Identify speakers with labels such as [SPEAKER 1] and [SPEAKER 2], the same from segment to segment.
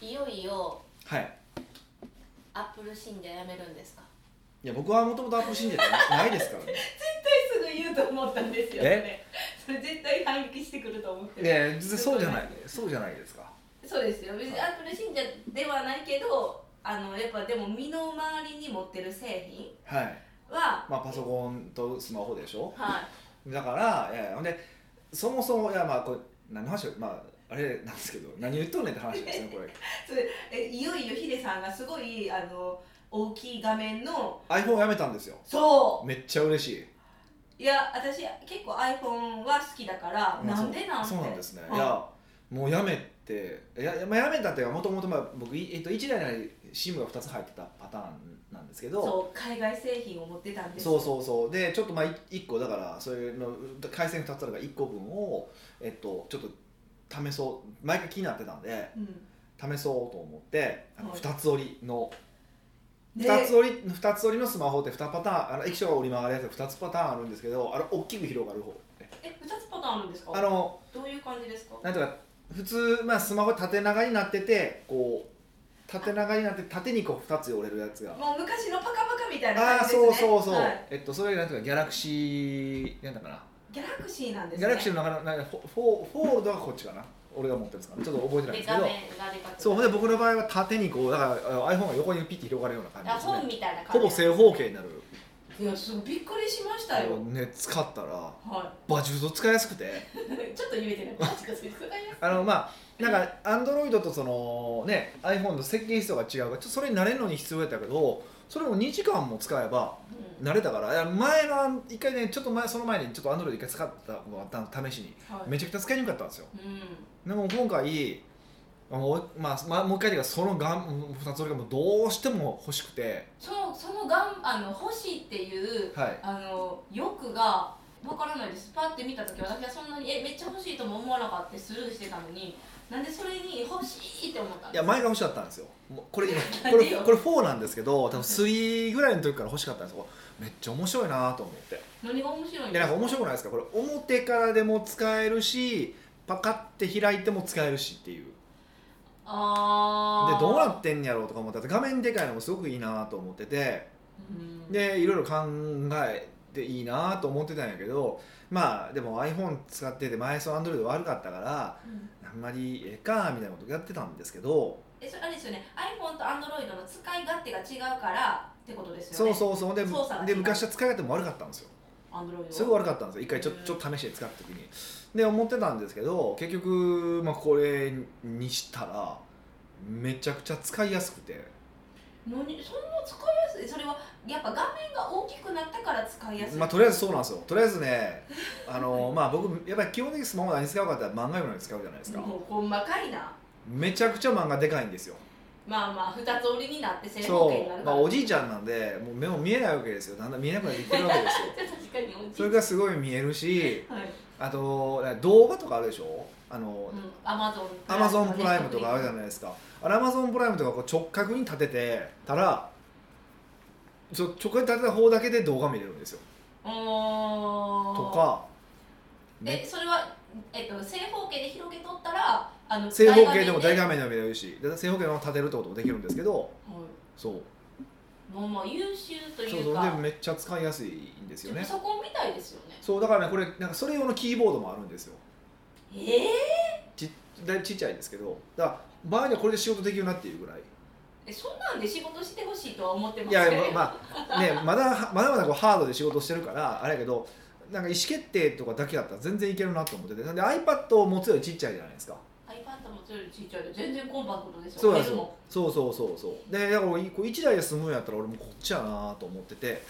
[SPEAKER 1] いよいよ
[SPEAKER 2] はい
[SPEAKER 1] アップル信者やめるんですか
[SPEAKER 2] いや僕はもともとアップル信者じゃないです からね
[SPEAKER 1] すぐ言うと思ったんですよねそれ絶対反撃してくると思って
[SPEAKER 2] いやいやそうじゃないそうじゃないですか
[SPEAKER 1] そうですよ別にアップル信者ではないけどあのやっぱでも身の回りに持ってる製品
[SPEAKER 2] はい
[SPEAKER 1] は
[SPEAKER 2] まあパソコンとスマホでしょ
[SPEAKER 1] は
[SPEAKER 2] だからいやいやほんでそもそもいやまあこれ何の話をまああれなんですけど何言っとんねんって話ですねこ れ
[SPEAKER 1] いえいよいよヒデさんがすごいあの大きい画面の
[SPEAKER 2] iPhone やめたんですよ
[SPEAKER 1] そ
[SPEAKER 2] めっちゃ嬉しいう
[SPEAKER 1] いや私結構 iPhone は好きだから
[SPEAKER 2] まあ
[SPEAKER 1] な
[SPEAKER 2] そうん
[SPEAKER 1] でなんて
[SPEAKER 2] そうなんですね、
[SPEAKER 1] はい
[SPEAKER 2] い、やもうやめていや、まあ、やめたっていうかもともとまあ僕、いえっと、1台に SIM が2つ入ってたパターンなんですけど
[SPEAKER 1] そう海外製品を持ってたんです
[SPEAKER 2] そうそうそうでちょっとまあい一個だからそれの回線2つあるから1個分を、えっと、ちょっと試そう毎回気になってたんで
[SPEAKER 1] うん、
[SPEAKER 2] 試そうと思ってあの
[SPEAKER 1] はい
[SPEAKER 2] 二つ折りの、
[SPEAKER 1] で
[SPEAKER 2] 二つ折り二つ折りのスマホって2パターンあの液晶が折り曲がるやつ2つパターンあるんですけどあれ大きく広がる方ね
[SPEAKER 1] え二つパターンあるんですか
[SPEAKER 2] あの
[SPEAKER 1] どういう感じですか
[SPEAKER 2] なんとか普通、まあ、スマホ縦長になっててこう縦長になって縦にこう2つ折れるやつが
[SPEAKER 1] もう昔のパカパカみたいな
[SPEAKER 2] あ
[SPEAKER 1] 感
[SPEAKER 2] あ
[SPEAKER 1] じ
[SPEAKER 2] ー
[SPEAKER 1] です
[SPEAKER 2] そ
[SPEAKER 1] ね
[SPEAKER 2] うそうそう、
[SPEAKER 1] はい
[SPEAKER 2] えっとそれがなんとかギャラクシーなんだかな
[SPEAKER 1] ギャラクシーなんです
[SPEAKER 2] ギャ
[SPEAKER 1] ね
[SPEAKER 2] ラクシーの中のなんかフォフォーフォールドはこっちかな俺が持ってるんですかねちょっと覚えてないん
[SPEAKER 1] で
[SPEAKER 2] ですけ
[SPEAKER 1] 画
[SPEAKER 2] ど
[SPEAKER 1] 面がでかく
[SPEAKER 2] そうほんで僕の場合は縦にこうだからあの iPhone が横にピッて広がるような感じ
[SPEAKER 1] あ
[SPEAKER 2] です
[SPEAKER 1] 本
[SPEAKER 2] ね
[SPEAKER 1] みたいな感じ
[SPEAKER 2] ほぼ正方形になる
[SPEAKER 1] いやそうびっくりしましたよ
[SPEAKER 2] ね使ったら
[SPEAKER 1] は
[SPEAKER 2] バジュード使いやすくて
[SPEAKER 1] い ちょっと言え てないマジかそれ使いやすい
[SPEAKER 2] あのまあなんかアンドロイドとそのね iPhone の設計思想が違うからちょっとそれに慣れるのに必要やったけどそれも2時間も使えば
[SPEAKER 1] うん
[SPEAKER 2] 慣れたからいや前のあん一回ねちょっと前その前にちょっとアンドロイド一回使ったことがあったの試しに
[SPEAKER 1] はい
[SPEAKER 2] めちゃくちゃ使いにくかったんですよ
[SPEAKER 1] う
[SPEAKER 2] でも今回もう,、まあ、まあもう一回だからそのがん2つ折りがもうどうしても欲しくて
[SPEAKER 1] んそのそのがんあの欲しいっていう
[SPEAKER 2] はい
[SPEAKER 1] あの欲がわからないですパッて見た時私はそんなにえめっちゃ欲しいとも思わなかったスルーしてたのになんでそれに欲しいって思ったん
[SPEAKER 2] い
[SPEAKER 1] で
[SPEAKER 2] や
[SPEAKER 1] すか
[SPEAKER 2] 前が欲しかったんですよもうこれ今
[SPEAKER 1] なん
[SPEAKER 2] これ
[SPEAKER 1] でよ
[SPEAKER 2] これ4なんですけど多分3ぐらいの時から欲しかったんですよめっちゃ面白いなと思って
[SPEAKER 1] 何が面白いんで
[SPEAKER 2] でな
[SPEAKER 1] す
[SPEAKER 2] んか面白くないですかこれ表からでも使えるしパカって開いても使えるしっていうで
[SPEAKER 1] ああ
[SPEAKER 2] どうなってんやろうとか思って画面でかいのもすごくいいなと思ってて
[SPEAKER 1] うん
[SPEAKER 2] でいろいろ考えていいなと思ってたんやけどまあでも iPhone 使ってて前その Android 悪かったから
[SPEAKER 1] うん
[SPEAKER 2] あんまりええかみたいなことやってたんですけど
[SPEAKER 1] えそれあれですよね iPhone と Android の使い勝手が違うからってことですよ
[SPEAKER 2] そう
[SPEAKER 1] ねう
[SPEAKER 2] そうそうで
[SPEAKER 1] 操作が違う
[SPEAKER 2] で昔は使い方も悪かったんですよ
[SPEAKER 1] Android
[SPEAKER 2] すごい悪かったんですよ一回ちょ
[SPEAKER 1] うん
[SPEAKER 2] ちょっと試して使った時にで思ってたんですけど結局、まあ、これにしたらめちゃくちゃ使いやすくて
[SPEAKER 1] 何そんな使いやすいそれはやっぱ画面が大きくなったから使いやすい
[SPEAKER 2] まあ、とりあえずそうなんですよとりあえずねあの、まあ、僕やっぱり基本的にスマホ何使うかって言ったら漫画読むのに使うじゃないですか、
[SPEAKER 1] もうほんまかいな
[SPEAKER 2] めちゃくちゃ漫画でかいんですよ
[SPEAKER 1] まあまあ二つ折りになって正方
[SPEAKER 2] そ
[SPEAKER 1] 形になる
[SPEAKER 2] う、
[SPEAKER 1] か
[SPEAKER 2] ま
[SPEAKER 1] ら
[SPEAKER 2] あ、おじいちゃんなんでもう目も見えないわけですよだんだん見えなくなってきてるわけです よ
[SPEAKER 1] 確かにおじい
[SPEAKER 2] それがすごい見えるし
[SPEAKER 1] はい
[SPEAKER 2] あと動画とかあるでしょあの
[SPEAKER 1] うん、アマゾン
[SPEAKER 2] アマゾンプライムとかあるじゃ
[SPEAKER 1] い
[SPEAKER 2] ないですかあれアマゾンプライムとかこう直角に立ててたらちょ直角に立てた方だけで動画見れるんですよとか
[SPEAKER 1] え
[SPEAKER 2] ね
[SPEAKER 1] それは、えっと、正方形で広げとったらあの
[SPEAKER 2] 正方形でも大
[SPEAKER 1] 大
[SPEAKER 2] 画
[SPEAKER 1] 画面
[SPEAKER 2] 面でも見れるしで正方形のまま立てるってこともできるんですけど
[SPEAKER 1] はい
[SPEAKER 2] そう
[SPEAKER 1] もうまあ優秀と
[SPEAKER 2] そう
[SPEAKER 1] い
[SPEAKER 2] そうう
[SPEAKER 1] か
[SPEAKER 2] でめっちゃ使いやすいんですよ
[SPEAKER 1] パ
[SPEAKER 2] ね
[SPEAKER 1] ソコンみたいですよね
[SPEAKER 2] そうだからねこれなんかそれ用のキーボードもあるんですよ
[SPEAKER 1] え
[SPEAKER 2] ちだいぶちっちゃいですけどだから場合にはこれで仕事できるなっていうぐらい
[SPEAKER 1] ー、えそんなんで仕事してほしいとは思ってま
[SPEAKER 2] い
[SPEAKER 1] す
[SPEAKER 2] や
[SPEAKER 1] けど
[SPEAKER 2] まあねまだまだまだこうハードで仕事してるからあれやけどなんか意思決定とかだけだったら全然いけるなと思っててなんで iPad を持つよりちっちゃいじゃないですか
[SPEAKER 1] iPad も強いちっちゃいで全然コンパクトですよ
[SPEAKER 2] そうなんで
[SPEAKER 1] ですす
[SPEAKER 2] よ
[SPEAKER 1] も
[SPEAKER 2] そうそうそうそうでだからこう1台で済むんやったら俺もこっちやなと思ってて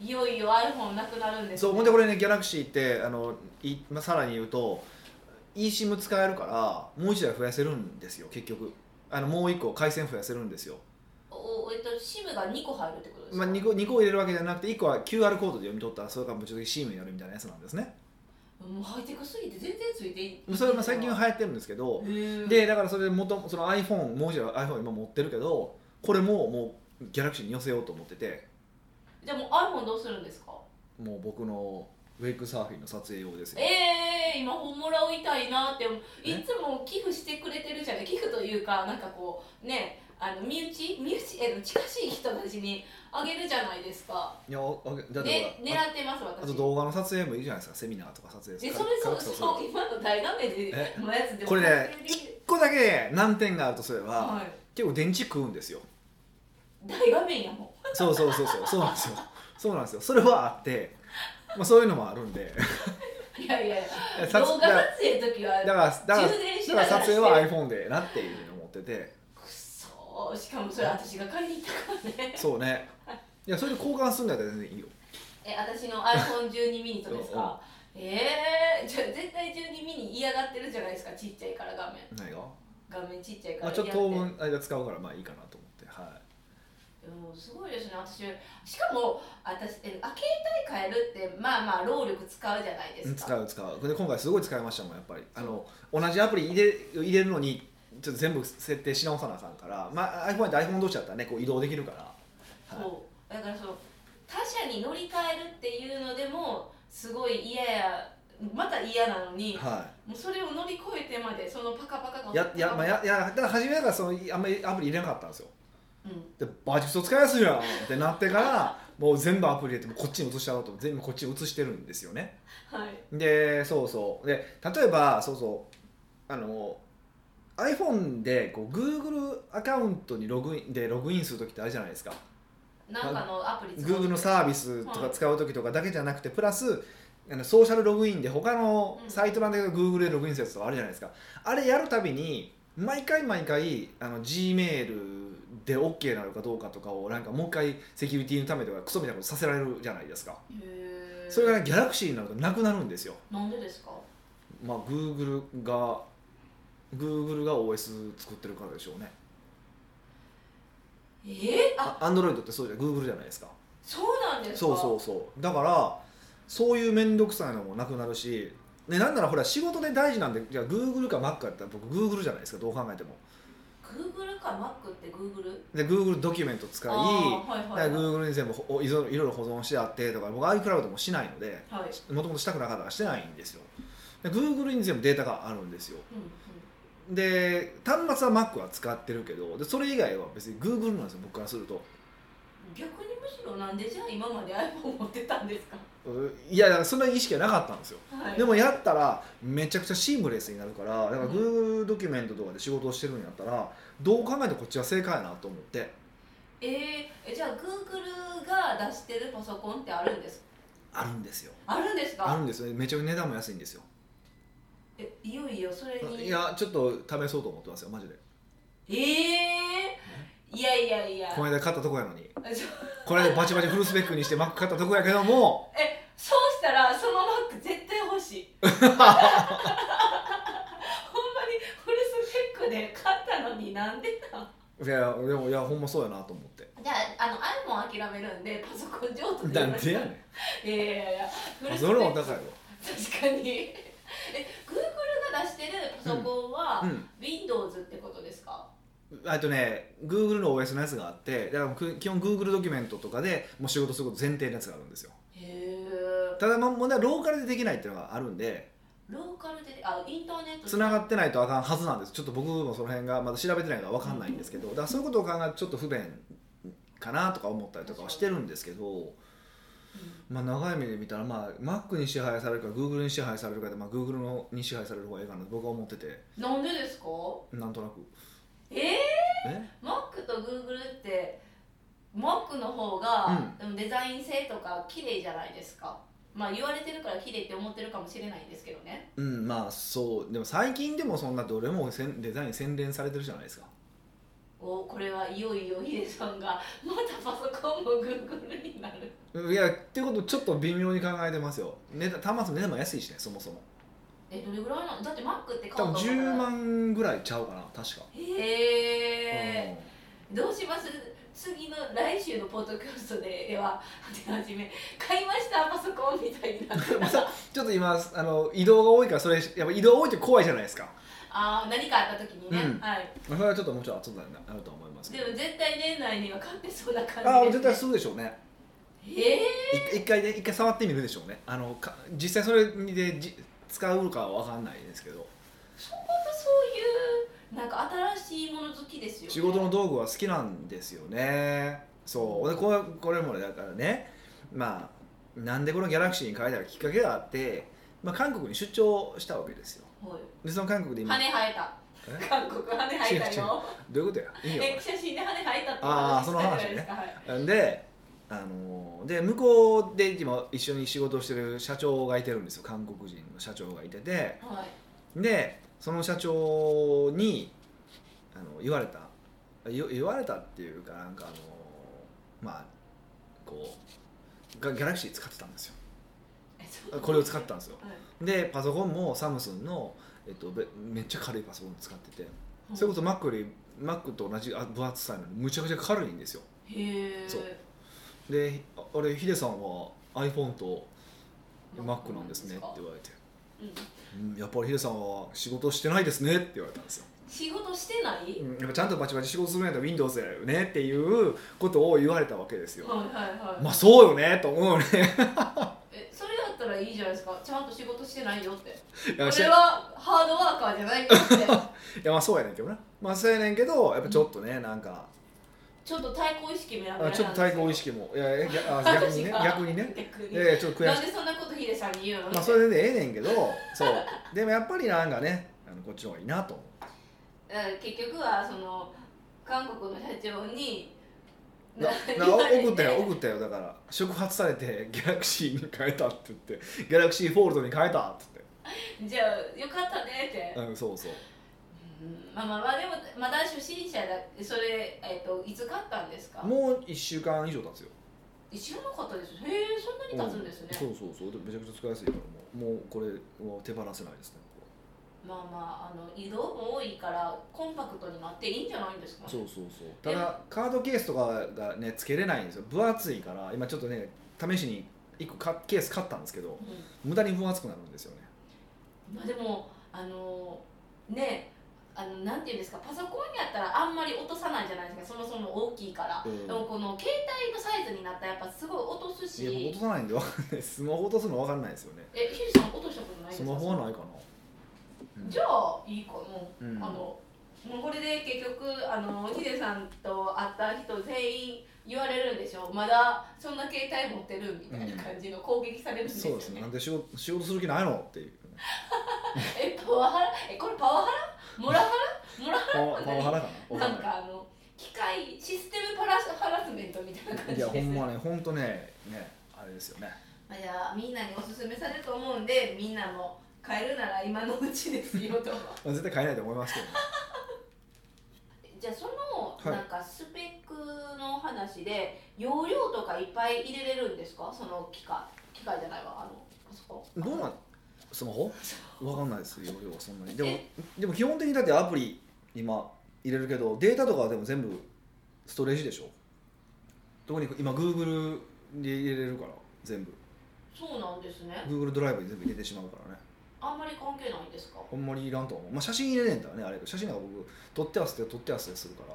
[SPEAKER 1] いよいよ iPhone なくなるんです
[SPEAKER 2] そうほんでこれね Galaxy ってあのい、まあ、さらに言うと eSIM 使えるからもう1台増やせるんですよ結局あのもう1個回線増やせるんですよ、
[SPEAKER 1] おえっと SIM が2個入るってことです
[SPEAKER 2] ま
[SPEAKER 1] か、
[SPEAKER 2] あ、2, 個2個入れるわけじゃなくて1個は QR コードで読み取ったらそれから無償的 SIM になるみたいなやつなんですね
[SPEAKER 1] もうハイテクすぎて全然ついてい
[SPEAKER 2] それも最近は
[SPEAKER 1] は
[SPEAKER 2] 流行ってるんですけど、
[SPEAKER 1] い
[SPEAKER 2] でだからそれで元その iPhone もう一度 iPhone 今持ってるけどこれももう Galaxy に寄せようと思ってて
[SPEAKER 1] じゃあもう iPhone どうするんですか
[SPEAKER 2] もう僕のウェイクサーフィンの撮影用ですよ
[SPEAKER 1] ええ今本もらいたいなって思う
[SPEAKER 2] え
[SPEAKER 1] いつも寄付してくれてるじゃない寄付というかなんかこうねあの身内身内への近しい人たちにあげるじゃないですか
[SPEAKER 2] いやおあだって
[SPEAKER 1] で
[SPEAKER 2] ほ
[SPEAKER 1] 狙
[SPEAKER 2] らあ
[SPEAKER 1] ってます私
[SPEAKER 2] あと動画の撮影もいいじゃないですかセミナーとか撮影
[SPEAKER 1] え
[SPEAKER 2] か
[SPEAKER 1] それそう
[SPEAKER 2] 各所
[SPEAKER 1] そう今の大画面で
[SPEAKER 2] え
[SPEAKER 1] のやつでも
[SPEAKER 2] これね
[SPEAKER 1] 撮影できる
[SPEAKER 2] 一個だけ難点があるとすれば、
[SPEAKER 1] はい
[SPEAKER 2] 結構電池食うんですよ
[SPEAKER 1] 大画面やもん
[SPEAKER 2] そうそうそうそうそうなんですよそうなんですよそれはあって、まあ、そういうのもある んで
[SPEAKER 1] いやいやいや
[SPEAKER 2] 撮
[SPEAKER 1] 動画撮影の時は
[SPEAKER 2] だからだから
[SPEAKER 1] 充電し
[SPEAKER 2] だ
[SPEAKER 1] な
[SPEAKER 2] か
[SPEAKER 1] が
[SPEAKER 2] ら
[SPEAKER 1] ら
[SPEAKER 2] 撮影は iPhone でなっていうふうに思ってて
[SPEAKER 1] くそーしかもそれ私が買いに行ったからね
[SPEAKER 2] そうねいやそれで交換するんだったら全然いいよ
[SPEAKER 1] え私の iPhone12 ミニとですかえー、じゃあ絶対12ミニ嫌がってるじゃないですかちっちゃいから画面
[SPEAKER 2] 何が、
[SPEAKER 1] 画面ちっちゃいか
[SPEAKER 2] ま
[SPEAKER 1] ら
[SPEAKER 2] あ、ちょっと
[SPEAKER 1] 嫌
[SPEAKER 2] 当
[SPEAKER 1] って
[SPEAKER 2] 分間使うからまあいいかなと思っては
[SPEAKER 1] でもすごいですね私しかも私えあ携帯変えるってまあまあ労力使うじゃないで
[SPEAKER 2] い
[SPEAKER 1] すか
[SPEAKER 2] 使う使うで今回すごい使いましたもんやっぱりあの同じアプリ入れ入れるのにちょっと全部設定し直さなあかんから、まあ、iPhone で iPhone 同士だったらねこう移動できるからはい
[SPEAKER 1] そうだからその他社に乗り換えるっていうのでもすごい嫌やまた嫌なのに
[SPEAKER 2] はい
[SPEAKER 1] もうそれを乗り越えてまでそのパカパカが
[SPEAKER 2] やや,、まあ、ややだから初めだからそのあんまりアプリ入れなかったんですよ
[SPEAKER 1] うん
[SPEAKER 2] でバジプト使いやすいやんってなってからもう全部アプリ入れてもうこっちに移したろうと思って全部こっちに移してるんですよね
[SPEAKER 1] はい
[SPEAKER 2] でそうそうで例えばそうそうあの iPhone でこう Google アカウントにログインでログインする時ってあれじゃないですか
[SPEAKER 1] なんかのアプリ使う
[SPEAKER 2] Google のサービスとか使う時とかだけじゃなくてプラスあのソーシャルログインで他のサイトなんだけど Google でログインするやつとかあるじゃないですかあれやるたびに毎回毎回あの Gmail で OK なのかどうかとかをなんかもう一回セキュリティのためとかクソみたいなことさせられるじゃないですか
[SPEAKER 1] へー
[SPEAKER 2] それがね Galaxy になるとなくなるんですよ
[SPEAKER 1] なんでですか
[SPEAKER 2] まあ Google が Google が OS 作ってるからでしょうね
[SPEAKER 1] えー、あ
[SPEAKER 2] あ Android ってそうじゃ Google じゃないですか
[SPEAKER 1] そうなんですか
[SPEAKER 2] そうそうそうだからそういう面倒くさいのもなくなるし、ね、なんならほら仕事で大事なんでじゃあ Google か Mac かって言ったら僕 Google じゃないですかどう考えても
[SPEAKER 1] Google か Mac って Google?
[SPEAKER 2] で Google ドキュメント使い、
[SPEAKER 1] あー
[SPEAKER 2] だ
[SPEAKER 1] は
[SPEAKER 2] から
[SPEAKER 1] いはいはい
[SPEAKER 2] Google に全部ほいろいろ保存してあってとか僕 iCloud もしないので
[SPEAKER 1] はい、
[SPEAKER 2] もともとしたくなかったからしてないんですよで Google に全部データがあるんですよ
[SPEAKER 1] う
[SPEAKER 2] で端末は Mac は使ってるけどでそれ以外は別に Google なんですよ僕からすると
[SPEAKER 1] んうん、逆にむしろなんでじゃあ今まで iPhone 持ってたんですか
[SPEAKER 2] ういやだからそんな意識はなかったんですよ
[SPEAKER 1] はい
[SPEAKER 2] で
[SPEAKER 1] も
[SPEAKER 2] もやったらめちゃくちゃシームレスになるからだから Google ドキュメントとかで仕事をしてるんやったらどう考えてもこっちは正解やなと思って
[SPEAKER 1] えーえ、じゃあ Google が出してるパソコンってあるんですか
[SPEAKER 2] あるんですよ
[SPEAKER 1] あるんです
[SPEAKER 2] あ
[SPEAKER 1] か
[SPEAKER 2] るんですよねめちゃくちゃ値段も安いんですよ
[SPEAKER 1] えいよいよそれに
[SPEAKER 2] いやちょっと試そうと思ってますよマジで
[SPEAKER 1] ええー、いやいやいや
[SPEAKER 2] この間買ったとこやのに
[SPEAKER 1] あちょ
[SPEAKER 2] これバチバチフルスペックにして Mac 買ったとこやけども
[SPEAKER 1] えそうしたらそのマック絶対欲し いほんまにフルスペックで買ったのになんでなん
[SPEAKER 2] いやでもいやほんまそうやなと思って
[SPEAKER 1] じゃああの iPhone 諦めるんでパソコン上手
[SPEAKER 2] なんでやね
[SPEAKER 1] いやいやいやフ
[SPEAKER 2] ん
[SPEAKER 1] ル
[SPEAKER 2] あ
[SPEAKER 1] スペ
[SPEAKER 2] それも
[SPEAKER 1] ック
[SPEAKER 2] 高いわ
[SPEAKER 1] 確かにえ Google が出してるパソコンは、
[SPEAKER 2] うん
[SPEAKER 1] Windows ってことですか
[SPEAKER 2] あとね Google の OS のやつがあってだから基本 Google ドキュメントとかでもう仕事すること前提のやつがあるんですよ
[SPEAKER 1] へえ
[SPEAKER 2] ただま問題はローカルでできないっていうのがあるんで
[SPEAKER 1] ローカルであインターネット
[SPEAKER 2] 繋がってないとあかんはずなんですちょっと僕もその辺がまだ調べてないから分かんないんですけどだからそういうことを考えるとちょっと不便かなとか思ったりとかはしてるんですけど、
[SPEAKER 1] うん
[SPEAKER 2] まあ、長い目で見たら、まあ、Mac に支配されるか Google に支配されるかで、まあ、Google のに支配される方がいいかなと僕は思ってて
[SPEAKER 1] なんでですか
[SPEAKER 2] なんとなく
[SPEAKER 1] え
[SPEAKER 2] え
[SPEAKER 1] マックとグーグルってマックの方が、でもデザイン性とか綺麗じゃないですかまあ言われてるから綺麗って思ってるかもしれないんですけどね
[SPEAKER 2] うんまあそうでも最近でもそんなどれもせんデザイン洗練されてるじゃないですか
[SPEAKER 1] おこれはいよいよヒデさんがまたパソコンもグーグルになる
[SPEAKER 2] いやっていうことをちょっと微妙に考えてますよ値段端末の値段も安いしねそもそも
[SPEAKER 1] えどれぐらいなのだってマックって買
[SPEAKER 2] 多
[SPEAKER 1] う
[SPEAKER 2] 分
[SPEAKER 1] と思
[SPEAKER 2] 10
[SPEAKER 1] から
[SPEAKER 2] 万ぐらいちゃうかな確か、
[SPEAKER 1] へえ
[SPEAKER 2] うん
[SPEAKER 1] どうします次の来週のポッドキャストでははじめ買いましたパソコンみたいになって
[SPEAKER 2] またちょっと今あの移動が多いからそれやっぱ移動多いって怖いじゃないですか
[SPEAKER 1] ああ何かあった時にね、
[SPEAKER 2] うん
[SPEAKER 1] はい
[SPEAKER 2] まあそれはちょっともちろん後でなるとは思いますけ
[SPEAKER 1] で
[SPEAKER 2] ど
[SPEAKER 1] も絶対年内には買ってそうな感じ
[SPEAKER 2] ああ
[SPEAKER 1] です
[SPEAKER 2] 絶対するでしょうね
[SPEAKER 1] へえ
[SPEAKER 2] 一一回ね一回触ってみるでしょうねあのか実際それでじ使うかは分かんないですけど
[SPEAKER 1] またそういうなんか新しいもの好きですよ、ね、
[SPEAKER 2] 仕事の道具は好きなんですよねそうでこれこれもねだからねまあなんでこのギャラクシーに変えたらきっかけがあって、まあ、韓国に出張したわけですよ
[SPEAKER 1] は
[SPEAKER 2] でその韓国で
[SPEAKER 1] い
[SPEAKER 2] 今
[SPEAKER 1] 羽生えた
[SPEAKER 2] え
[SPEAKER 1] 韓国羽生えたよ
[SPEAKER 2] どういうことやいいよ
[SPEAKER 1] え写真で羽生えたって
[SPEAKER 2] あーその話ね
[SPEAKER 1] したじゃないですかはい
[SPEAKER 2] であので向こうで今一緒に仕事をしてる社長がいてるんですよ韓国人の社長がいてて
[SPEAKER 1] はい
[SPEAKER 2] でその社長にあの言われた言言われたっていうかなんかあのまあこうガギャラクシー使ってたんですよ
[SPEAKER 1] えそう
[SPEAKER 2] これを使ってたんですよ
[SPEAKER 1] はい
[SPEAKER 2] でパソコンもサムスンの、えっと、べめっちゃ軽いパソコン使ってて
[SPEAKER 1] うん
[SPEAKER 2] それこそ Mac より Mac と同じあ分厚さなのにむちゃくちゃ軽いんですよ
[SPEAKER 1] へえ
[SPEAKER 2] そうでああれヒデさんは iPhone と Mac なんですねって言われて、
[SPEAKER 1] うん
[SPEAKER 2] うん、やっぱりヒデさんは仕事してないですねって言われたんですよ、
[SPEAKER 1] 仕事してない、
[SPEAKER 2] うん、やっぱちゃんとバチバチ仕事するんやったら Windows だよねっていうことを言われたわけですよ、
[SPEAKER 1] はいはいはい、
[SPEAKER 2] まあそうよねと思うよね
[SPEAKER 1] えそれだったらいいじゃないですかちゃんと仕事してないよって
[SPEAKER 2] いやし
[SPEAKER 1] 俺はハードワーカーじゃないよ って
[SPEAKER 2] いやまあそうやねんけどなまあそうやねんけどやっぱちょっとねなんか
[SPEAKER 1] ちょっと対抗意識めらめら
[SPEAKER 2] あちょっと対抗意識もいやいや逆あ逆にね逆にね
[SPEAKER 1] 逆に
[SPEAKER 2] いやいやちょっと悔
[SPEAKER 1] な
[SPEAKER 2] し
[SPEAKER 1] ん
[SPEAKER 2] い
[SPEAKER 1] でそんなことヒデさんに言うの、
[SPEAKER 2] まあそれでええねんけどそうでもやっぱりなんかねあのこっちの方がいいなと思う
[SPEAKER 1] うん結局はその韓国の社長に
[SPEAKER 2] なな
[SPEAKER 1] 言われて
[SPEAKER 2] 送ったよ送ったよだから触発されてギャラクシーに変えたって言ってギャラクシーフォールドに変えたって
[SPEAKER 1] じゃあよかったねって、
[SPEAKER 2] 言って、うん、そうそう
[SPEAKER 1] うんまあまあまあでもまだ初心者だそれ、えっといつ買ったんですか
[SPEAKER 2] もう1週間以上経つよ
[SPEAKER 1] 一応なかったですへえそんなに経つんですね、
[SPEAKER 2] うんそうそうそうでめちゃくちゃ使いやすいからもうもうこれは手放せないですね
[SPEAKER 1] まあまああの移動も多いからコンパクトになっていいんじゃないんですかね
[SPEAKER 2] そうそうそうただカードケースとかがねつけれないんですよ分厚いから今ちょっとね試しに1個かケース買ったんですけど
[SPEAKER 1] うん
[SPEAKER 2] 無駄に分厚くなるんですよね
[SPEAKER 1] まあ、でもあのねあのなんていうんですかパソコンやったらあんまり落とさないじゃないですかそもそも大きいから、
[SPEAKER 2] うん
[SPEAKER 1] でもこの携帯のサイズになったらやっぱすごい落とす
[SPEAKER 2] いや
[SPEAKER 1] し
[SPEAKER 2] 落とさないんでわかんないスマホ落とすの分かんないですよね
[SPEAKER 1] えヒデさん落としたことないです
[SPEAKER 2] ス
[SPEAKER 1] か
[SPEAKER 2] マホはないかな、うん
[SPEAKER 1] じゃあいいかな、
[SPEAKER 2] うん
[SPEAKER 1] あのもうこれで結局あのヒデさんと会った人全員言われるんでしょまだそんな携帯持ってるみたいな感じの攻撃されるんです
[SPEAKER 2] そう
[SPEAKER 1] よ
[SPEAKER 2] ですね。
[SPEAKER 1] ね
[SPEAKER 2] なんで仕事仕事する気ないのっていう。
[SPEAKER 1] えパワハラえこれパワハラモラハラモラハ
[SPEAKER 2] パワパワハラかな。
[SPEAKER 1] ラな
[SPEAKER 2] わか
[SPEAKER 1] んん
[SPEAKER 2] な
[SPEAKER 1] かあの機械システムパラスハラスメントみたいな感
[SPEAKER 2] い。い
[SPEAKER 1] じで
[SPEAKER 2] や
[SPEAKER 1] す
[SPEAKER 2] ほんまね、ほんとね、ねあれですよね。
[SPEAKER 1] まあ、じゃあみんなにおすすめされると思うんでみんなも変えるなら今のうちですよと
[SPEAKER 2] まあ絶対買えないと思いますけど、ね。
[SPEAKER 1] じゃあその、
[SPEAKER 2] はい
[SPEAKER 1] なんかスペックの話で容量とかいっぱい入れれるんですかその機械機械じゃないわあのパソコン
[SPEAKER 2] どうなんスマホ？わかんないですよ。要はそんなに。でもでも基本的にだってアプリ今入れるけど、データとかはでも全部ストレージでしょ。特に今 Google で入れれるから全部。
[SPEAKER 1] そうなんですね
[SPEAKER 2] Google ドライブに全部入れてしまうからね。
[SPEAKER 1] あんまり関係ないんですか
[SPEAKER 2] あんまりいらんと思う。まあ写真入れねえんだよねあれ。写真なんか僕撮って合わせて撮って合わせてするから。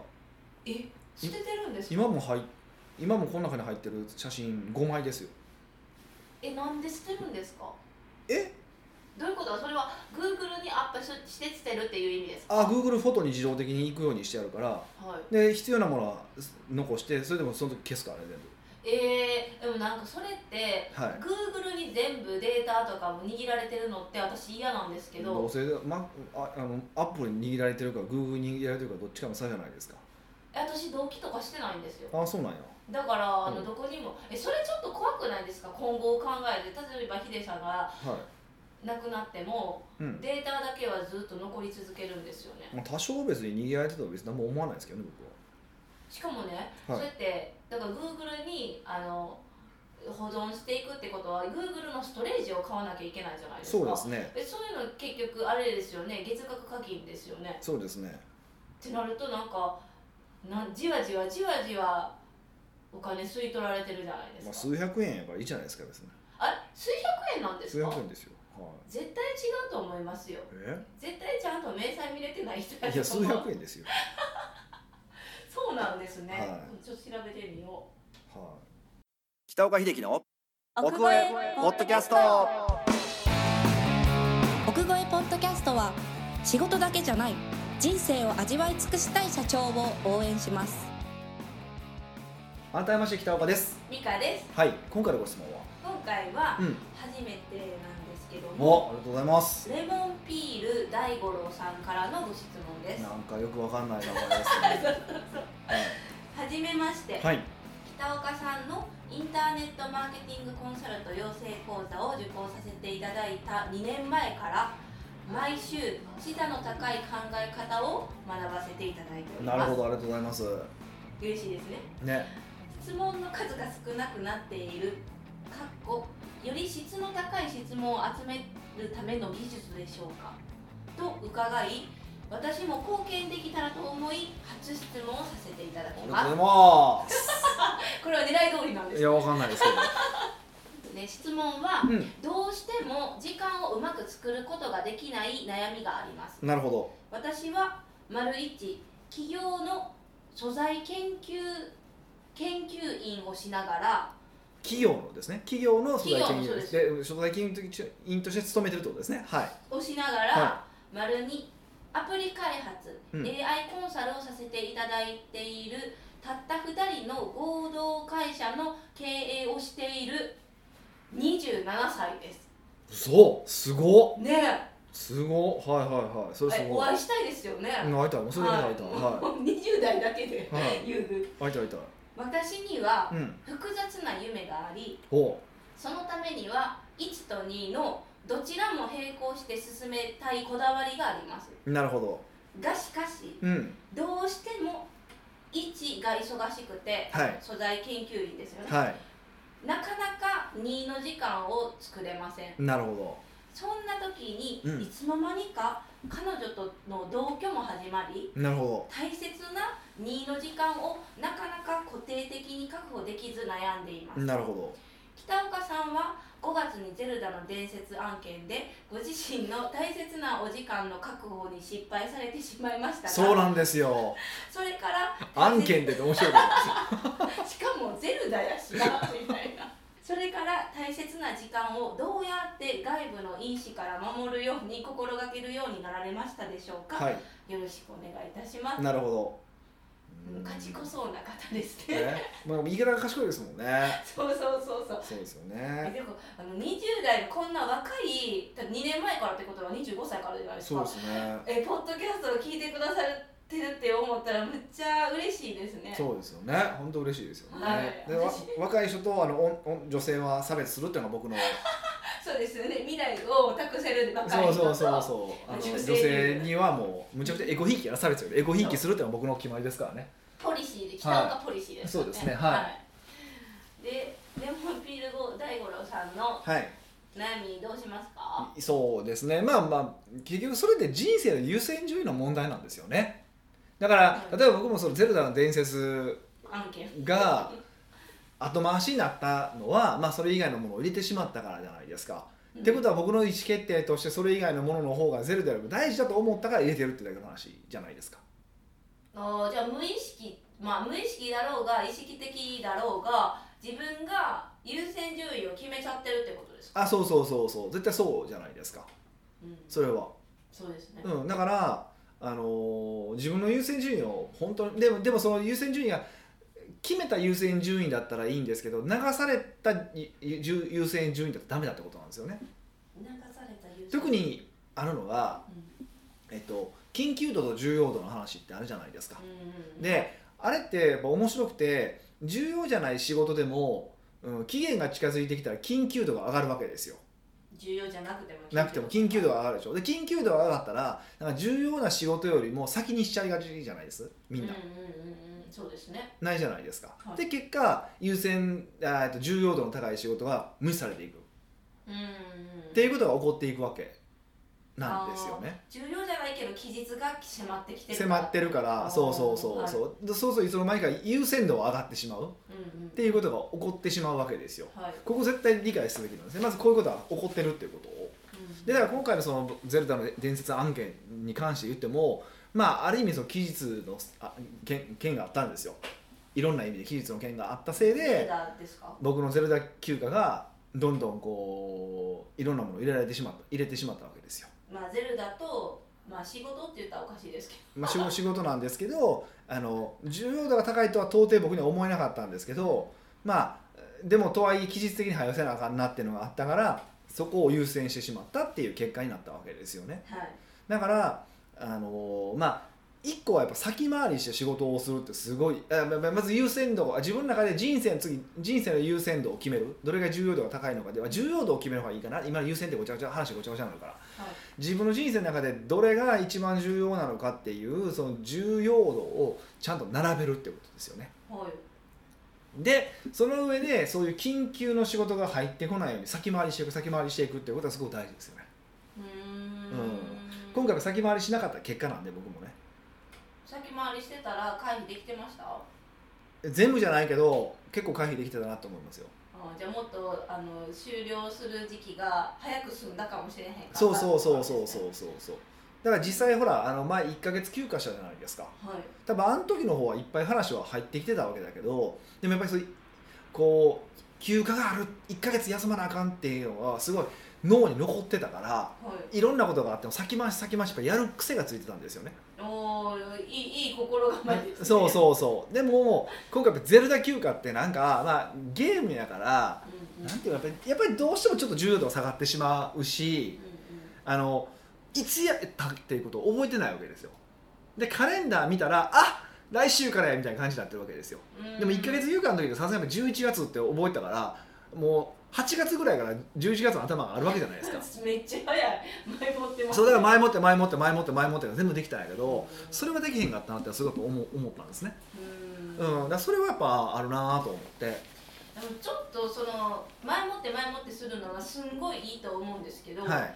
[SPEAKER 1] え捨ててるんですか
[SPEAKER 2] 今も入っ今もこの中に入ってる写真5枚ですよ
[SPEAKER 1] えなんで捨てるんですか
[SPEAKER 2] え
[SPEAKER 1] どういうことだそれは Google にアップしして捨てるっていう意味ですか
[SPEAKER 2] あ Google フォトに自動的に行くようにしてあるから
[SPEAKER 1] はい
[SPEAKER 2] で必要なものは残してそれでもその時消すからね
[SPEAKER 1] えー、でもなんかそれって
[SPEAKER 2] 全部はい
[SPEAKER 1] Google に全部データとかも握られてるのって私嫌なんですけ
[SPEAKER 2] どう
[SPEAKER 1] ど
[SPEAKER 2] せ、ま、ああのアップルに握られてるか Google に握られてるかどっちかの差じゃないですか
[SPEAKER 1] え私同期とかしてないんですよ
[SPEAKER 2] ああそうなんや
[SPEAKER 1] だからあの、
[SPEAKER 2] うん
[SPEAKER 1] どこにもえそれちょっと怖くないですか今後を考えて例えばヒデさんが
[SPEAKER 2] は
[SPEAKER 1] 亡くなっても
[SPEAKER 2] い、うん
[SPEAKER 1] データだけはずっと残り続けるんですよね
[SPEAKER 2] まあ、多少別に握られてたら別に何も思わないですけどね
[SPEAKER 1] しかもね、そ
[SPEAKER 2] はい
[SPEAKER 1] うやってだから Google にあの保存していくってことは Google のストレージを買わなきゃいけないじゃないですか
[SPEAKER 2] 僕はそうですね
[SPEAKER 1] えそういうの結局あれですよね月額課金ですよね
[SPEAKER 2] そうですね
[SPEAKER 1] ってなるとなんかなんじわじわじわじわお金吸い取られてるじゃない
[SPEAKER 2] ま
[SPEAKER 1] で
[SPEAKER 2] あ、
[SPEAKER 1] すか、
[SPEAKER 2] 数百円やからいいじゃないですか別に
[SPEAKER 1] あれ数百円なんです
[SPEAKER 2] 数
[SPEAKER 1] か
[SPEAKER 2] 百円ですよはい
[SPEAKER 1] 絶対違うと思いますよ
[SPEAKER 2] え
[SPEAKER 1] 絶対ちゃんと明細見れてない人や
[SPEAKER 2] いや
[SPEAKER 1] と
[SPEAKER 2] 数
[SPEAKER 1] 思う
[SPEAKER 2] 百円ですよ
[SPEAKER 1] そうなんですね、
[SPEAKER 2] は
[SPEAKER 1] ちょっと調べてみよう
[SPEAKER 2] はい
[SPEAKER 3] 北岡秀樹の
[SPEAKER 4] 奥越
[SPEAKER 3] ポッドキャスト
[SPEAKER 4] 奥越ポッドキャストは仕事だけじゃない人生を味わい尽くしたい社長を応援します
[SPEAKER 2] 改めまして北岡です
[SPEAKER 1] ミカです
[SPEAKER 2] はい今回のご質問は
[SPEAKER 1] 今回は
[SPEAKER 2] うん
[SPEAKER 1] 初めてなんですけども、
[SPEAKER 2] おありがとうございます
[SPEAKER 1] レモンピール大五郎さんからのご質問です
[SPEAKER 2] なんかよくわかんない名前ですね
[SPEAKER 1] はじめまして、
[SPEAKER 2] はい
[SPEAKER 1] 北岡さんのインターネットマーケティングコンサルト養成講座を受講させていただいた2年前から毎週資産の高い考え方を学ばせていただいておりま
[SPEAKER 2] な
[SPEAKER 1] す
[SPEAKER 2] るほどありがとうございます
[SPEAKER 1] 嬉しいですね
[SPEAKER 2] ね
[SPEAKER 1] 質問の数が少なくなっているかっこより質の高い質問を集めるための技術でしょうかと伺い私も貢献できたらと思い初質問をさせていただ
[SPEAKER 2] あ
[SPEAKER 1] き
[SPEAKER 2] りが
[SPEAKER 1] ま
[SPEAKER 2] と
[SPEAKER 1] す
[SPEAKER 2] うございます
[SPEAKER 1] これは狙い通りなんで
[SPEAKER 2] い
[SPEAKER 1] す
[SPEAKER 2] やわかんないですけ
[SPEAKER 1] ね質問は
[SPEAKER 2] ど
[SPEAKER 1] どうしても時間をうまく作ることができない悩みがあります
[SPEAKER 2] うんなるほど
[SPEAKER 1] 私は丸一企業の素材研究研究員をしながら
[SPEAKER 2] 企業のですね企業の所在研
[SPEAKER 1] 企業
[SPEAKER 2] 究
[SPEAKER 1] の
[SPEAKER 2] 員
[SPEAKER 1] そ
[SPEAKER 2] で所在研究員として勤めてるってことですねはい
[SPEAKER 1] をしながら、
[SPEAKER 2] は
[SPEAKER 1] 丸二アプリ開発、
[SPEAKER 2] うん
[SPEAKER 1] AI コンサルをさせていただいているたった2人の合同会社の経営をしている27歳です
[SPEAKER 2] そうすごっ
[SPEAKER 1] ねえ
[SPEAKER 2] すごっはいはいはいそれす
[SPEAKER 1] お
[SPEAKER 2] ごい
[SPEAKER 1] 会いしたいですよね、
[SPEAKER 2] うん会いたいもうそれで会いたいは
[SPEAKER 1] はい、20代だけで
[SPEAKER 2] いはい
[SPEAKER 1] 言う
[SPEAKER 2] 会いたい会いたい
[SPEAKER 1] 私には
[SPEAKER 2] うん
[SPEAKER 1] 複雑な夢があり
[SPEAKER 2] おう
[SPEAKER 1] そのためには1と2のどちらも並行して進めたいこだわりがあります
[SPEAKER 2] なるほど
[SPEAKER 1] がしかし
[SPEAKER 2] うん
[SPEAKER 1] どうしても1が忙しくて、
[SPEAKER 2] はい
[SPEAKER 1] 素材研究員ですよね、
[SPEAKER 2] は
[SPEAKER 1] なかなか2の時間を作れません
[SPEAKER 2] いなるほ
[SPEAKER 1] そんな時に、
[SPEAKER 2] うん
[SPEAKER 1] いつの間にか彼女との同居も始まり
[SPEAKER 2] どなるほ
[SPEAKER 1] 大切な2の時間をなかなか固定的に確保できず悩んでいます
[SPEAKER 2] どなるほ
[SPEAKER 1] 北岡さんは5月にゼルダの伝説案件でご自身の大切なお時間の確保に失敗されてしまいました
[SPEAKER 2] ど
[SPEAKER 1] が
[SPEAKER 2] そうなんですよ
[SPEAKER 1] それから
[SPEAKER 2] 案件でって面白いけど
[SPEAKER 1] しかもゼルダやしなみたいなそれから大切な時間をどうやって外部の因子から守るように心がけるようになられましたでしょうか、
[SPEAKER 2] はい
[SPEAKER 1] よろしくお願いいたします
[SPEAKER 2] なるほど
[SPEAKER 1] もう勝ちこそうな方ですね
[SPEAKER 2] ねまあ言い方が賢いですもんね
[SPEAKER 1] そうそうそうそう
[SPEAKER 2] そうですよ
[SPEAKER 1] え
[SPEAKER 2] ね
[SPEAKER 1] でもあの20代のこんな若い2年前からってことは25歳からじゃないです
[SPEAKER 2] そう
[SPEAKER 1] か
[SPEAKER 2] ですね
[SPEAKER 1] えポッドキャストを聞いてくださってるって思ったらむっちゃ嬉しいですね
[SPEAKER 2] そうですよね本当嬉しいですよね、
[SPEAKER 1] はい
[SPEAKER 2] でわ若い人とあのおんおん女性は差別するっていうのが僕の
[SPEAKER 1] そうですよね未来を託せるばかり
[SPEAKER 2] そう
[SPEAKER 1] の
[SPEAKER 2] そうそうそうあの女
[SPEAKER 1] 女性
[SPEAKER 2] 性にはもうむちゃくちゃエコひいきやらされてるエコひいきするっていうのが僕の決まりですからね
[SPEAKER 1] ポリシーで北岡ポリシーですよ
[SPEAKER 2] そうですねはい
[SPEAKER 1] いでレモンピール後大五郎さんの
[SPEAKER 2] はい
[SPEAKER 1] 悩みどうしますか
[SPEAKER 2] そうですねまあまあ結局それで人生の優先順位の問題なんですよねだから
[SPEAKER 1] うん
[SPEAKER 2] 例えば僕もその「ゼルダの伝説
[SPEAKER 1] 案件」
[SPEAKER 2] が後回しになったのは、まあ、それ以外のものを入れてしまったからじゃないですか。
[SPEAKER 1] うん
[SPEAKER 2] ってことは僕の意思決定としてそれ以外のものの方がゼルダよりも大事だと思ったから入れてるってだけの話じゃないですか。
[SPEAKER 1] あーじゃあ無意識まあ無意識だろうが意識的だろうが自分が優先順位を決めちゃってるってことですか、
[SPEAKER 2] あそうそうそうそう絶対そうじゃないですか
[SPEAKER 1] うん、
[SPEAKER 2] それは。
[SPEAKER 1] そうですね、
[SPEAKER 2] うん、だから、あのー自分の優先順位を本当にでもでもその優先順位が決めた優先順位だったらいいんですけど流されたいい優先順位だとダメだってことなんですよね。
[SPEAKER 1] 流された優先
[SPEAKER 2] 特、にあるのが、
[SPEAKER 1] うん
[SPEAKER 2] えっと、緊急度と重要度の話ってあるじゃないですか。
[SPEAKER 1] うん、
[SPEAKER 2] であれってやっぱ面白くて重要じゃない仕事でも、うん、期限が近づいてきたら緊急度が上がるわけですよ。
[SPEAKER 1] 重要じゃなくても
[SPEAKER 2] なくても緊急度が上がるでしょで緊急度が上がったらなんか重要な仕事よりも先にしちゃいがちじゃないですみんな、
[SPEAKER 1] うんうんうんうんそうですね
[SPEAKER 2] ないじゃないですか、
[SPEAKER 1] はい
[SPEAKER 2] で結果優先あーえっと重要度の高い仕事が無視されていくっ
[SPEAKER 1] うんうんうん
[SPEAKER 2] ていうことが起こっていくわけなんですよね
[SPEAKER 1] 重要じゃないけど期日が迫ってきてる
[SPEAKER 2] 迫ってるから
[SPEAKER 1] あー
[SPEAKER 2] そうそうそうそう、でそうそういつの間にか優先度は上がってしまうっ
[SPEAKER 1] うんうん
[SPEAKER 2] ていうことが起こってしまうわけですよ
[SPEAKER 1] はい、
[SPEAKER 2] ここ絶対理解すべきなんですねまずこういうことは起こってるっていうことを
[SPEAKER 1] うん
[SPEAKER 2] でだから今回のそのゼルダの伝説案件に関して言っても、まあ、ある意味その期日のあ件件があったんですよいろんな意味で技術の件があったせい
[SPEAKER 1] ゼル
[SPEAKER 2] で
[SPEAKER 1] ダですか
[SPEAKER 2] 僕の「ゼルダ休暇」がどんどんこういろんなものを入れられてしまった入れてしまったわけですよ。
[SPEAKER 1] まあゼルダと、まあ、仕事って言ったらおかしいですけ
[SPEAKER 2] まあ、仕事仕事なんですけどあの重要度が高いとは到底僕には思えなかったんですけどまあでもとはいえ期日的に早せなあかんなっていうのがあったからそこを優先してしまったっていう結果になったわけですよね
[SPEAKER 1] どはい
[SPEAKER 2] だからあのまあ一個はやっぱ先回りして仕事をするってすごいあまままず優先度あ自分の中で人生の次人生の優先度を決めるどれが重要度が高いのかでは重要度を決める方がいいかな今の優先ってごちゃごちゃ話ごちゃごちゃになるから
[SPEAKER 1] はい
[SPEAKER 2] 自分の人生の中でどれが一番重要なのかっていうその重要度をちゃんと並べるってことですよね
[SPEAKER 1] はい
[SPEAKER 2] でその上でそういう緊急の仕事が入ってこないように先回りしていく先回りしていくっていうことはすごく大事ですよね
[SPEAKER 1] うーん
[SPEAKER 2] 今回は先回りしなかった結果なんで僕もね
[SPEAKER 1] 先回りしてたら回避できてましたあ
[SPEAKER 2] 全部じゃないけど結構回避できてたなと思いますよ
[SPEAKER 1] じゃあもっとあの終了する時期が早く済んだかもしれへんかった
[SPEAKER 2] そうそうそうそうそううそうそうだから実際ほらあの前1ヶ月休暇したじゃないですか
[SPEAKER 1] はい
[SPEAKER 2] 多分あの時の方はいっぱい話は入ってきてたわけだけどでもやっぱりそういこう休暇がある1ヶ月休まなあかんっていうのはすごい脳に残ってたから
[SPEAKER 1] はい
[SPEAKER 2] いろんなことがあっても先回し先回しやっぱやる癖がついてたんですよね
[SPEAKER 1] おーいいいい心構えです、ね、
[SPEAKER 2] そう
[SPEAKER 1] う、
[SPEAKER 2] そうそうでも今回やっぱゼルダ休暇ってなんか、まあ、ゲームやから
[SPEAKER 1] うんうん
[SPEAKER 2] なんていうかやっぱりやっぱりどうしてもちょっと重要度が下がってしまうし
[SPEAKER 1] う
[SPEAKER 2] あのいつやったっていうことを覚えてないわけですよでカレンダー見たらあ来週からやみたいな感じになってるわけですよ
[SPEAKER 1] んうんうん
[SPEAKER 2] でも1ヶ月休暇の時ってさすがにやっぱ11月って覚えたからもう8月ぐらいから11月の頭があるわけじゃないですか
[SPEAKER 1] めっちゃ早い前もってます
[SPEAKER 2] そうだから前もって前もって前もって前もってが全部できたんやけど
[SPEAKER 1] うん
[SPEAKER 2] それはできへんかったなってすごく思う思ったんですね、
[SPEAKER 1] うん
[SPEAKER 2] うん、だからそれはやっぱあるなと思って
[SPEAKER 1] でもちょっとその前もって前もってするのがすんごいいいと思うんですけど、
[SPEAKER 2] はい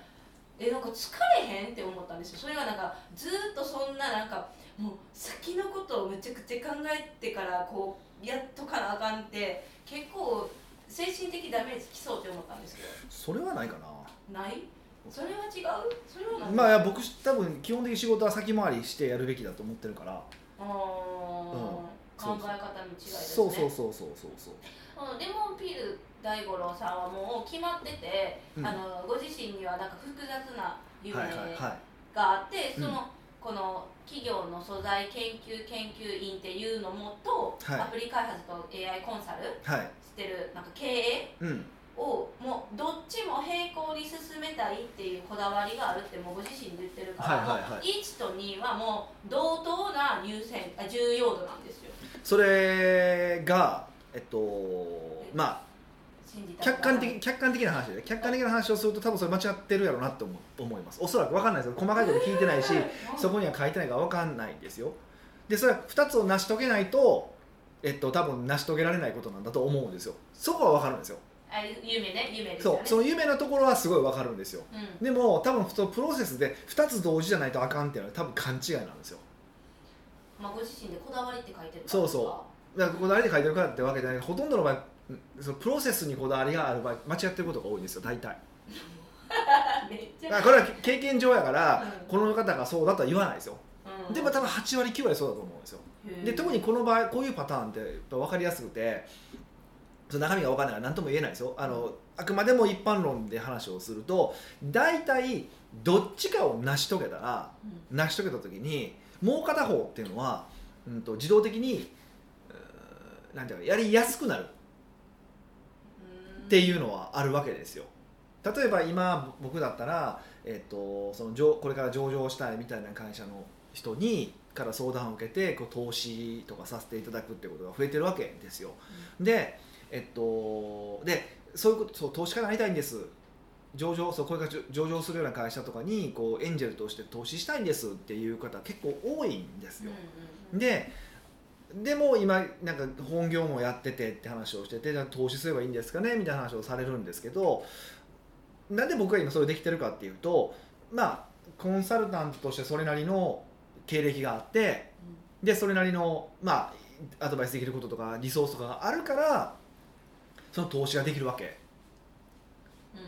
[SPEAKER 1] えなんか疲れへんって思ったんですよそれがなんかずーっとそんななんかもう先のことをめちゃくちゃ考えてからこうやっとかなあかんって結構精神的ダメージきそうって思ったんですけ
[SPEAKER 2] それはないか
[SPEAKER 1] どないそれは違うそれはな
[SPEAKER 2] ないまあいや
[SPEAKER 1] あ
[SPEAKER 2] 僕多分基本的に仕事は先回りしてやるべきだと思ってるから
[SPEAKER 1] ー
[SPEAKER 2] そ
[SPEAKER 1] 考え方の
[SPEAKER 2] う
[SPEAKER 1] 違いですね
[SPEAKER 2] そうそうそうそうそうそう
[SPEAKER 1] このレモンピール大五郎さんはもう決まってて、
[SPEAKER 2] うん
[SPEAKER 1] あのご自身にはなんか複雑な夢
[SPEAKER 2] はいはいはい
[SPEAKER 1] があって
[SPEAKER 2] うん
[SPEAKER 1] その、この企業の素材研究研究員っていうのもと、
[SPEAKER 2] はい
[SPEAKER 1] アプリ開発と AI コンサル
[SPEAKER 2] はい
[SPEAKER 1] してるなんか経営
[SPEAKER 2] うん
[SPEAKER 1] をもうどっちも並行に進めたいっていうこだわりがあるってもうご自身で言ってるから、
[SPEAKER 2] はいはいはい
[SPEAKER 1] もう1と2はもう同等な優先あ重要度なんですよ
[SPEAKER 2] それがえっとま
[SPEAKER 1] 信じ
[SPEAKER 2] あ
[SPEAKER 1] たい
[SPEAKER 2] 客観的客観的な話で客観的な話をすると多分それ間違ってるやろうなって思う思いますおそらく分かんないですよ細かいこと聞いてないしそこには書いてないから分かんないんですよでそれは2つを成し遂げないとえっと多分成し遂げられないことなんだと思うんですよそこは分かるんですよ
[SPEAKER 1] あ夢ね夢ですよ
[SPEAKER 2] そ
[SPEAKER 1] ね
[SPEAKER 2] うその夢のところはすごい分かるんですよ
[SPEAKER 1] うん
[SPEAKER 2] でも多分そのプロセスで2つ同時じゃないとあかんっていうのは多分勘違いなんですよ
[SPEAKER 1] まあ、ご自身でこだわりって書いてるから
[SPEAKER 2] そうそうだからこだわりで書いてるからってわけじゃないほとんどの場合うんそのプロセスにこだわりがある場合間違ってることが多いんですよ大体だか
[SPEAKER 1] うめっちゃ、
[SPEAKER 2] らこれは経験上やから、
[SPEAKER 1] うん
[SPEAKER 2] この方がそうだとは言わないですよ
[SPEAKER 1] うん
[SPEAKER 2] でも多分8割9割そうだと思うんですよ
[SPEAKER 1] へー
[SPEAKER 2] で特にこの場合こういうパターンってやっぱ分かりやすくてその中身が分からないから何とも言えないですよあのあくまでも一般論で話をすると大体どっちかを成し遂げたら
[SPEAKER 1] うん
[SPEAKER 2] 成し遂げた時にもう片方っていうのは、うん、と自動的にうーなんていうかやりやすくなる
[SPEAKER 1] っ
[SPEAKER 2] って
[SPEAKER 1] う
[SPEAKER 2] いうのはあるわけですよ例えば今僕だったら、えっとその上これから上場したいみたいな会社の人にから相談を受けてこう投資とかさせていただくってことが増えてるわけですよ、でえっとでそういうことそう投資家になりたいんです上場そうこれから上上場するような会社とかにこうエンジェルとして投資したいんですっていう方結構多いんです
[SPEAKER 1] ん
[SPEAKER 2] よ、
[SPEAKER 1] うんうん
[SPEAKER 2] ででも今なんか本業もやっててって話をしててじゃあ投資すればいいんですかねみたいな話をされるんですけどなんで僕が今それできてるかっていうとまあコンサルタントとしてそれなりの経歴があってでそれなりのまあアドバイスできることとかリソースとかがあるからその投資ができるわけ
[SPEAKER 1] うんうん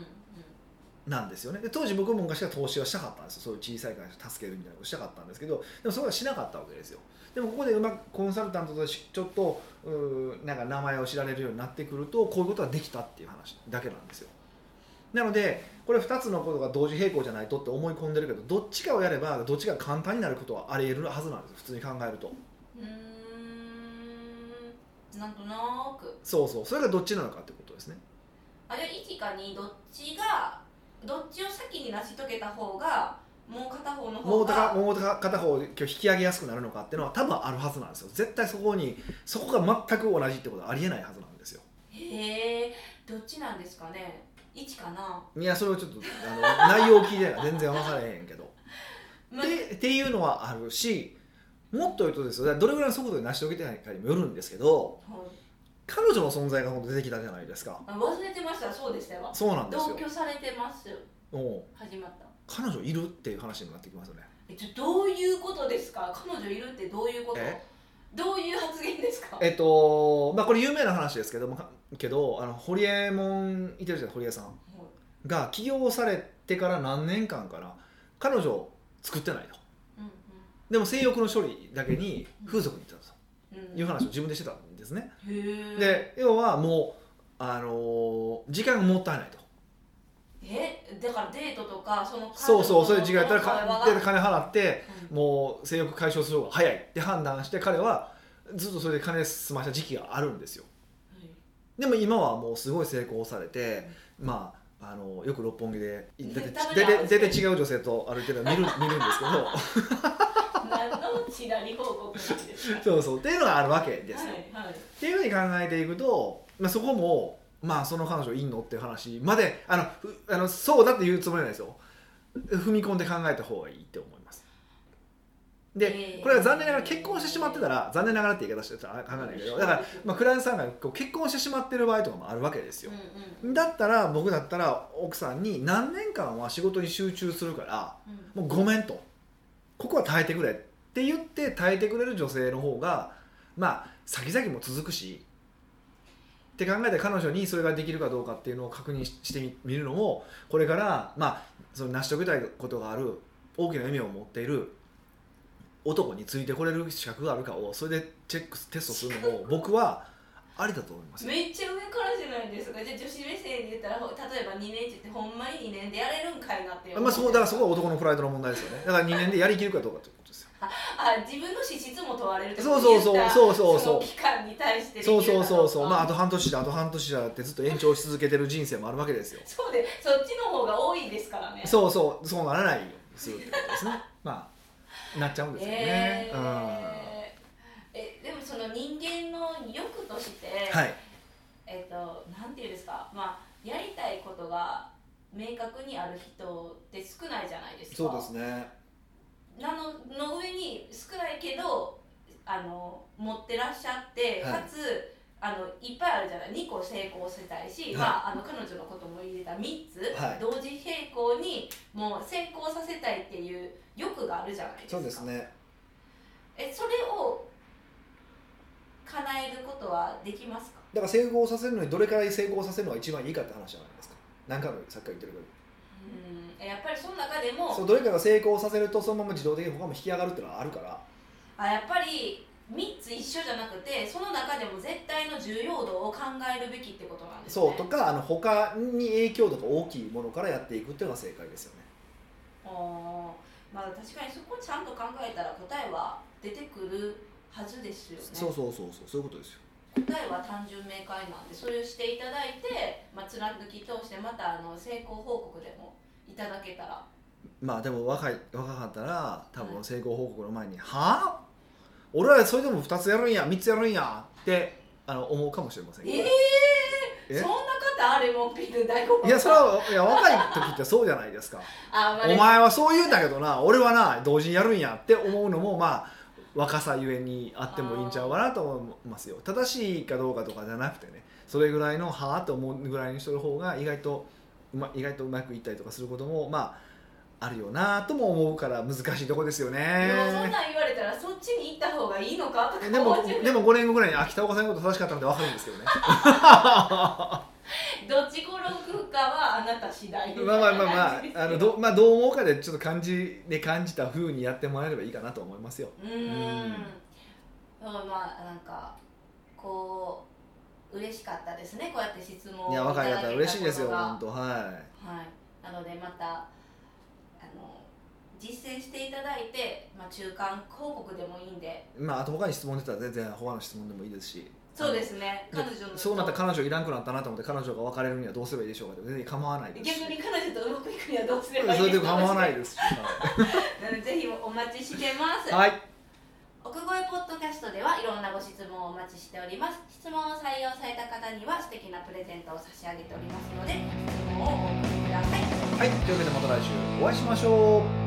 [SPEAKER 2] なんですよねで当時僕も昔は投資はしたかったんですよそういう小さい会社を助けるみたいなことしたかったんですけどでもそれはしなかったわけですよでもここでうまくコンサルタントとしてちょっとうーなんか名前を知られるようになってくるとこういうことができたっていう話だけなんですよなのでこれ2つのことが同時並行じゃないとって思い込んでるけどどっちかをやればどっちかが簡単になることはあり得るはずなんですよ普通に考えると
[SPEAKER 1] うーんなんとなーく
[SPEAKER 2] そうそうそれがどっちなのかってことですね
[SPEAKER 1] あれ1か2どっちがどっちを先に成し遂げた方がもう片方の
[SPEAKER 2] も
[SPEAKER 1] 方
[SPEAKER 2] う片
[SPEAKER 1] が
[SPEAKER 2] もう片方を今日引き上げやすくなるのかっていうのは多分あるはずなんですよ絶対そこにそこが全く同じってことはありえないはずなんですよ
[SPEAKER 1] へえどっちなんですかね1かない
[SPEAKER 2] やそれはちょっとあの内容聞いてないから全然分からへんけど
[SPEAKER 1] む
[SPEAKER 2] でっていうのはあるしもっと言うとですよだからどれぐらいの速度で成し遂げてないかにもよるんですけど
[SPEAKER 1] はい
[SPEAKER 2] 彼女の存在が本当出てきたじゃないですか
[SPEAKER 1] あ忘れてましたそうでしたよ
[SPEAKER 2] そうなんです
[SPEAKER 1] 同
[SPEAKER 2] よ
[SPEAKER 1] 居されてます
[SPEAKER 2] おう
[SPEAKER 1] 始まった
[SPEAKER 2] 彼女いるっていう話にもなってきますよね
[SPEAKER 1] えちょどういうことですか彼女いるってどういうこと
[SPEAKER 2] え
[SPEAKER 1] どういう発言ですか
[SPEAKER 2] えっとまあこれ有名な話ですけどもかけどあの堀江門いてるじゃん堀江さん
[SPEAKER 1] も
[SPEAKER 2] が起業されてから何年間かな彼女を作ってないと
[SPEAKER 1] ううん
[SPEAKER 2] でも性欲の処理だけに
[SPEAKER 1] うん
[SPEAKER 2] 風俗に行ったと
[SPEAKER 1] うんうん
[SPEAKER 2] いう話を自分でしてたんですね、
[SPEAKER 1] へー
[SPEAKER 2] で要はもう、あのー時間がもったいないと
[SPEAKER 1] えだからデートとかその
[SPEAKER 2] そうそうそういう時間や
[SPEAKER 1] 間
[SPEAKER 2] ったらかで金払ってもう性欲解消する方が早いって判断して彼はずっとそれで金済ました時期があるんですよでも今はもうすごい成功されて、まああのよく六本木で出て
[SPEAKER 1] ダメ
[SPEAKER 2] 出
[SPEAKER 1] だ
[SPEAKER 2] て出て違う女性と歩いてるの見る見るんですけど
[SPEAKER 1] 何のちなり報告なんですか
[SPEAKER 2] そうそうっていうのがあるわけですよ、
[SPEAKER 1] はいはい
[SPEAKER 2] っていうふうに考えていくと、まあ、そこもまあその彼女いんのっていう話まであのふあのそうだって言うつもりはないですよ踏み込んで考えた方がいいって思います
[SPEAKER 1] え
[SPEAKER 2] で
[SPEAKER 1] ー
[SPEAKER 2] これは残念ながら結婚してしまってたら残念ながらって言い方してたら考えないけどだから、まあ、クライアントさんがこう結婚してしまってる場合とかもあるわけですよ
[SPEAKER 1] うんうん
[SPEAKER 2] だったら僕だったら奥さんに何年間は仕事に集中するから
[SPEAKER 1] うん
[SPEAKER 2] もうごめんとここは耐えてくれって言って耐えてくれる女性の方がまあ先々も続くしって考えて彼女にそれができるかどうかっていうのを確認ししてみみるのもこれからまあその成し遂げたいことがある大きな夢を持っている男についてこれる資格があるかをそれでチェックテストするのも僕はありだと思いますよ
[SPEAKER 1] めっちゃ上からじゃないですかじゃあ女子目線で言ったらほ例えば2年ってほんまに2年でやれるんかいなって
[SPEAKER 2] まあ、そこだからそこ
[SPEAKER 1] は
[SPEAKER 2] は男のプライドの問題ですよねだから2年でやりきるかどうかということですよ
[SPEAKER 1] あ自分の資質も問われるって
[SPEAKER 2] そうそうそう
[SPEAKER 1] 言った
[SPEAKER 2] そうそうそう
[SPEAKER 1] の期間に対してできる
[SPEAKER 2] そう
[SPEAKER 1] かど
[SPEAKER 2] そう
[SPEAKER 1] か
[SPEAKER 2] そうそうまああと半年だあと半年だってずっと延長し続けてる人生もあるわけですよ
[SPEAKER 1] そうでそっちの方が多いですからね
[SPEAKER 2] そうそうそうならないようにするってことですねまあなっちゃうんですよね、
[SPEAKER 1] え
[SPEAKER 2] うん
[SPEAKER 1] えでもその人間の欲として、
[SPEAKER 2] はい
[SPEAKER 1] えっ、となんていうんですかまあやりたいことが明確にある人って少ないじゃないですか
[SPEAKER 2] ね
[SPEAKER 1] なのの上に少ないけどあの持ってらっしゃって、
[SPEAKER 2] はい
[SPEAKER 1] かつあのいっぱいあるじゃない2個成功してたいし、
[SPEAKER 2] はい
[SPEAKER 1] まあ、あの彼女のことも入れた3つ、
[SPEAKER 2] はい
[SPEAKER 1] 同時並行にもう成功させたいっていう欲があるじゃないですか
[SPEAKER 2] ね
[SPEAKER 1] えそれを叶えることはできますか
[SPEAKER 2] だから成功させるのにどれくらい成功させるのが一番いいかって話じゃないですか何回もさっきから言ってるけ
[SPEAKER 1] うんえ
[SPEAKER 2] ど
[SPEAKER 1] やっぱりその中でも
[SPEAKER 2] そうどれかが成功させるとそのまま自動的に他も引き上がるっていうのはあるから
[SPEAKER 1] あやっぱり3つ一緒じゃなくてその中でも絶対の重要度を考えるべきってことなんですね
[SPEAKER 2] そうとかあの他に影響度が大きいものからやっていくっていうのが正解ですよね
[SPEAKER 1] おーまあ確かにそこちゃんと考えたら答えは出てくるはずですよね
[SPEAKER 2] そうそうそうそうそういうことですよ
[SPEAKER 1] 答えは単純明快なんでそれをしていただいて、まあ、貫き通してまたあの成功報告でもいただけたら
[SPEAKER 2] まあでも若い若かったら多
[SPEAKER 1] は
[SPEAKER 2] 分
[SPEAKER 1] い
[SPEAKER 2] 成功報告の前に「はあ俺はそれでも2つやるんや3つやるんや」ってあの思うかもしれませんけど
[SPEAKER 1] ええ
[SPEAKER 2] え
[SPEAKER 1] そんな方あれもピル大好物
[SPEAKER 2] いやそれはいや若い時ってそうじゃないですか
[SPEAKER 1] あ、まあ
[SPEAKER 2] お前はそう言うんだけどな俺はな同時にやるんやって思うのもまあ若さゆえにあってもいいんちゃうかなと思いますよ正しいかどうかとかじゃなくてねそれぐらいの「はあ」って思うぐらいにしとる方が意外とうま意外とうまくいったりとかすることもまああるよなとも思うから難しいとこですよね
[SPEAKER 1] でもそんなん言われたらそっちに行った方がいいのかとか
[SPEAKER 2] でも
[SPEAKER 1] 思っちゃう
[SPEAKER 2] でも5年後ぐらいにあ北岡さんのこと正しかったので分かるんですけどね
[SPEAKER 1] どっち転ぶかはあなた次第
[SPEAKER 2] まあまあまあま
[SPEAKER 1] みたいな感じです
[SPEAKER 2] あ
[SPEAKER 1] よ
[SPEAKER 2] あのど,、まあ、どう思うかでちょっと感じで感じた風にやってもらえればいいかなと思いますよ。
[SPEAKER 1] うーんまあまあなんかこう嬉しかったですねこうやって質問を
[SPEAKER 2] いや若い
[SPEAKER 1] ただけ
[SPEAKER 2] 方
[SPEAKER 1] た
[SPEAKER 2] 嬉しいです
[SPEAKER 1] こ
[SPEAKER 2] よ
[SPEAKER 1] とが
[SPEAKER 2] 本当は
[SPEAKER 1] はい、なのでまたあの実践していただいて、まあ、中間広告でもいいんで
[SPEAKER 2] い。まああと他に質問出たら全然他の質問でもいいですし。
[SPEAKER 1] そうですね
[SPEAKER 2] あの。
[SPEAKER 1] 彼女の
[SPEAKER 2] そうなったら彼女いらんくなったなと思って彼女が別れるにはどうすればいいでしょうかって全然構わないです し。
[SPEAKER 1] 逆に彼女とうまくいくにはどうすればいい
[SPEAKER 2] それで
[SPEAKER 1] か
[SPEAKER 2] 構わないですし。
[SPEAKER 1] なのでぜひお待ちしてます、
[SPEAKER 2] はい。
[SPEAKER 1] 奥越ポッドキャストではいろんなご質問をお待ちしております質問を採用された方には素敵なプレゼントを差し上げておりますので質問をお送りください
[SPEAKER 2] はい。というわけでまた来週お会いしましょう。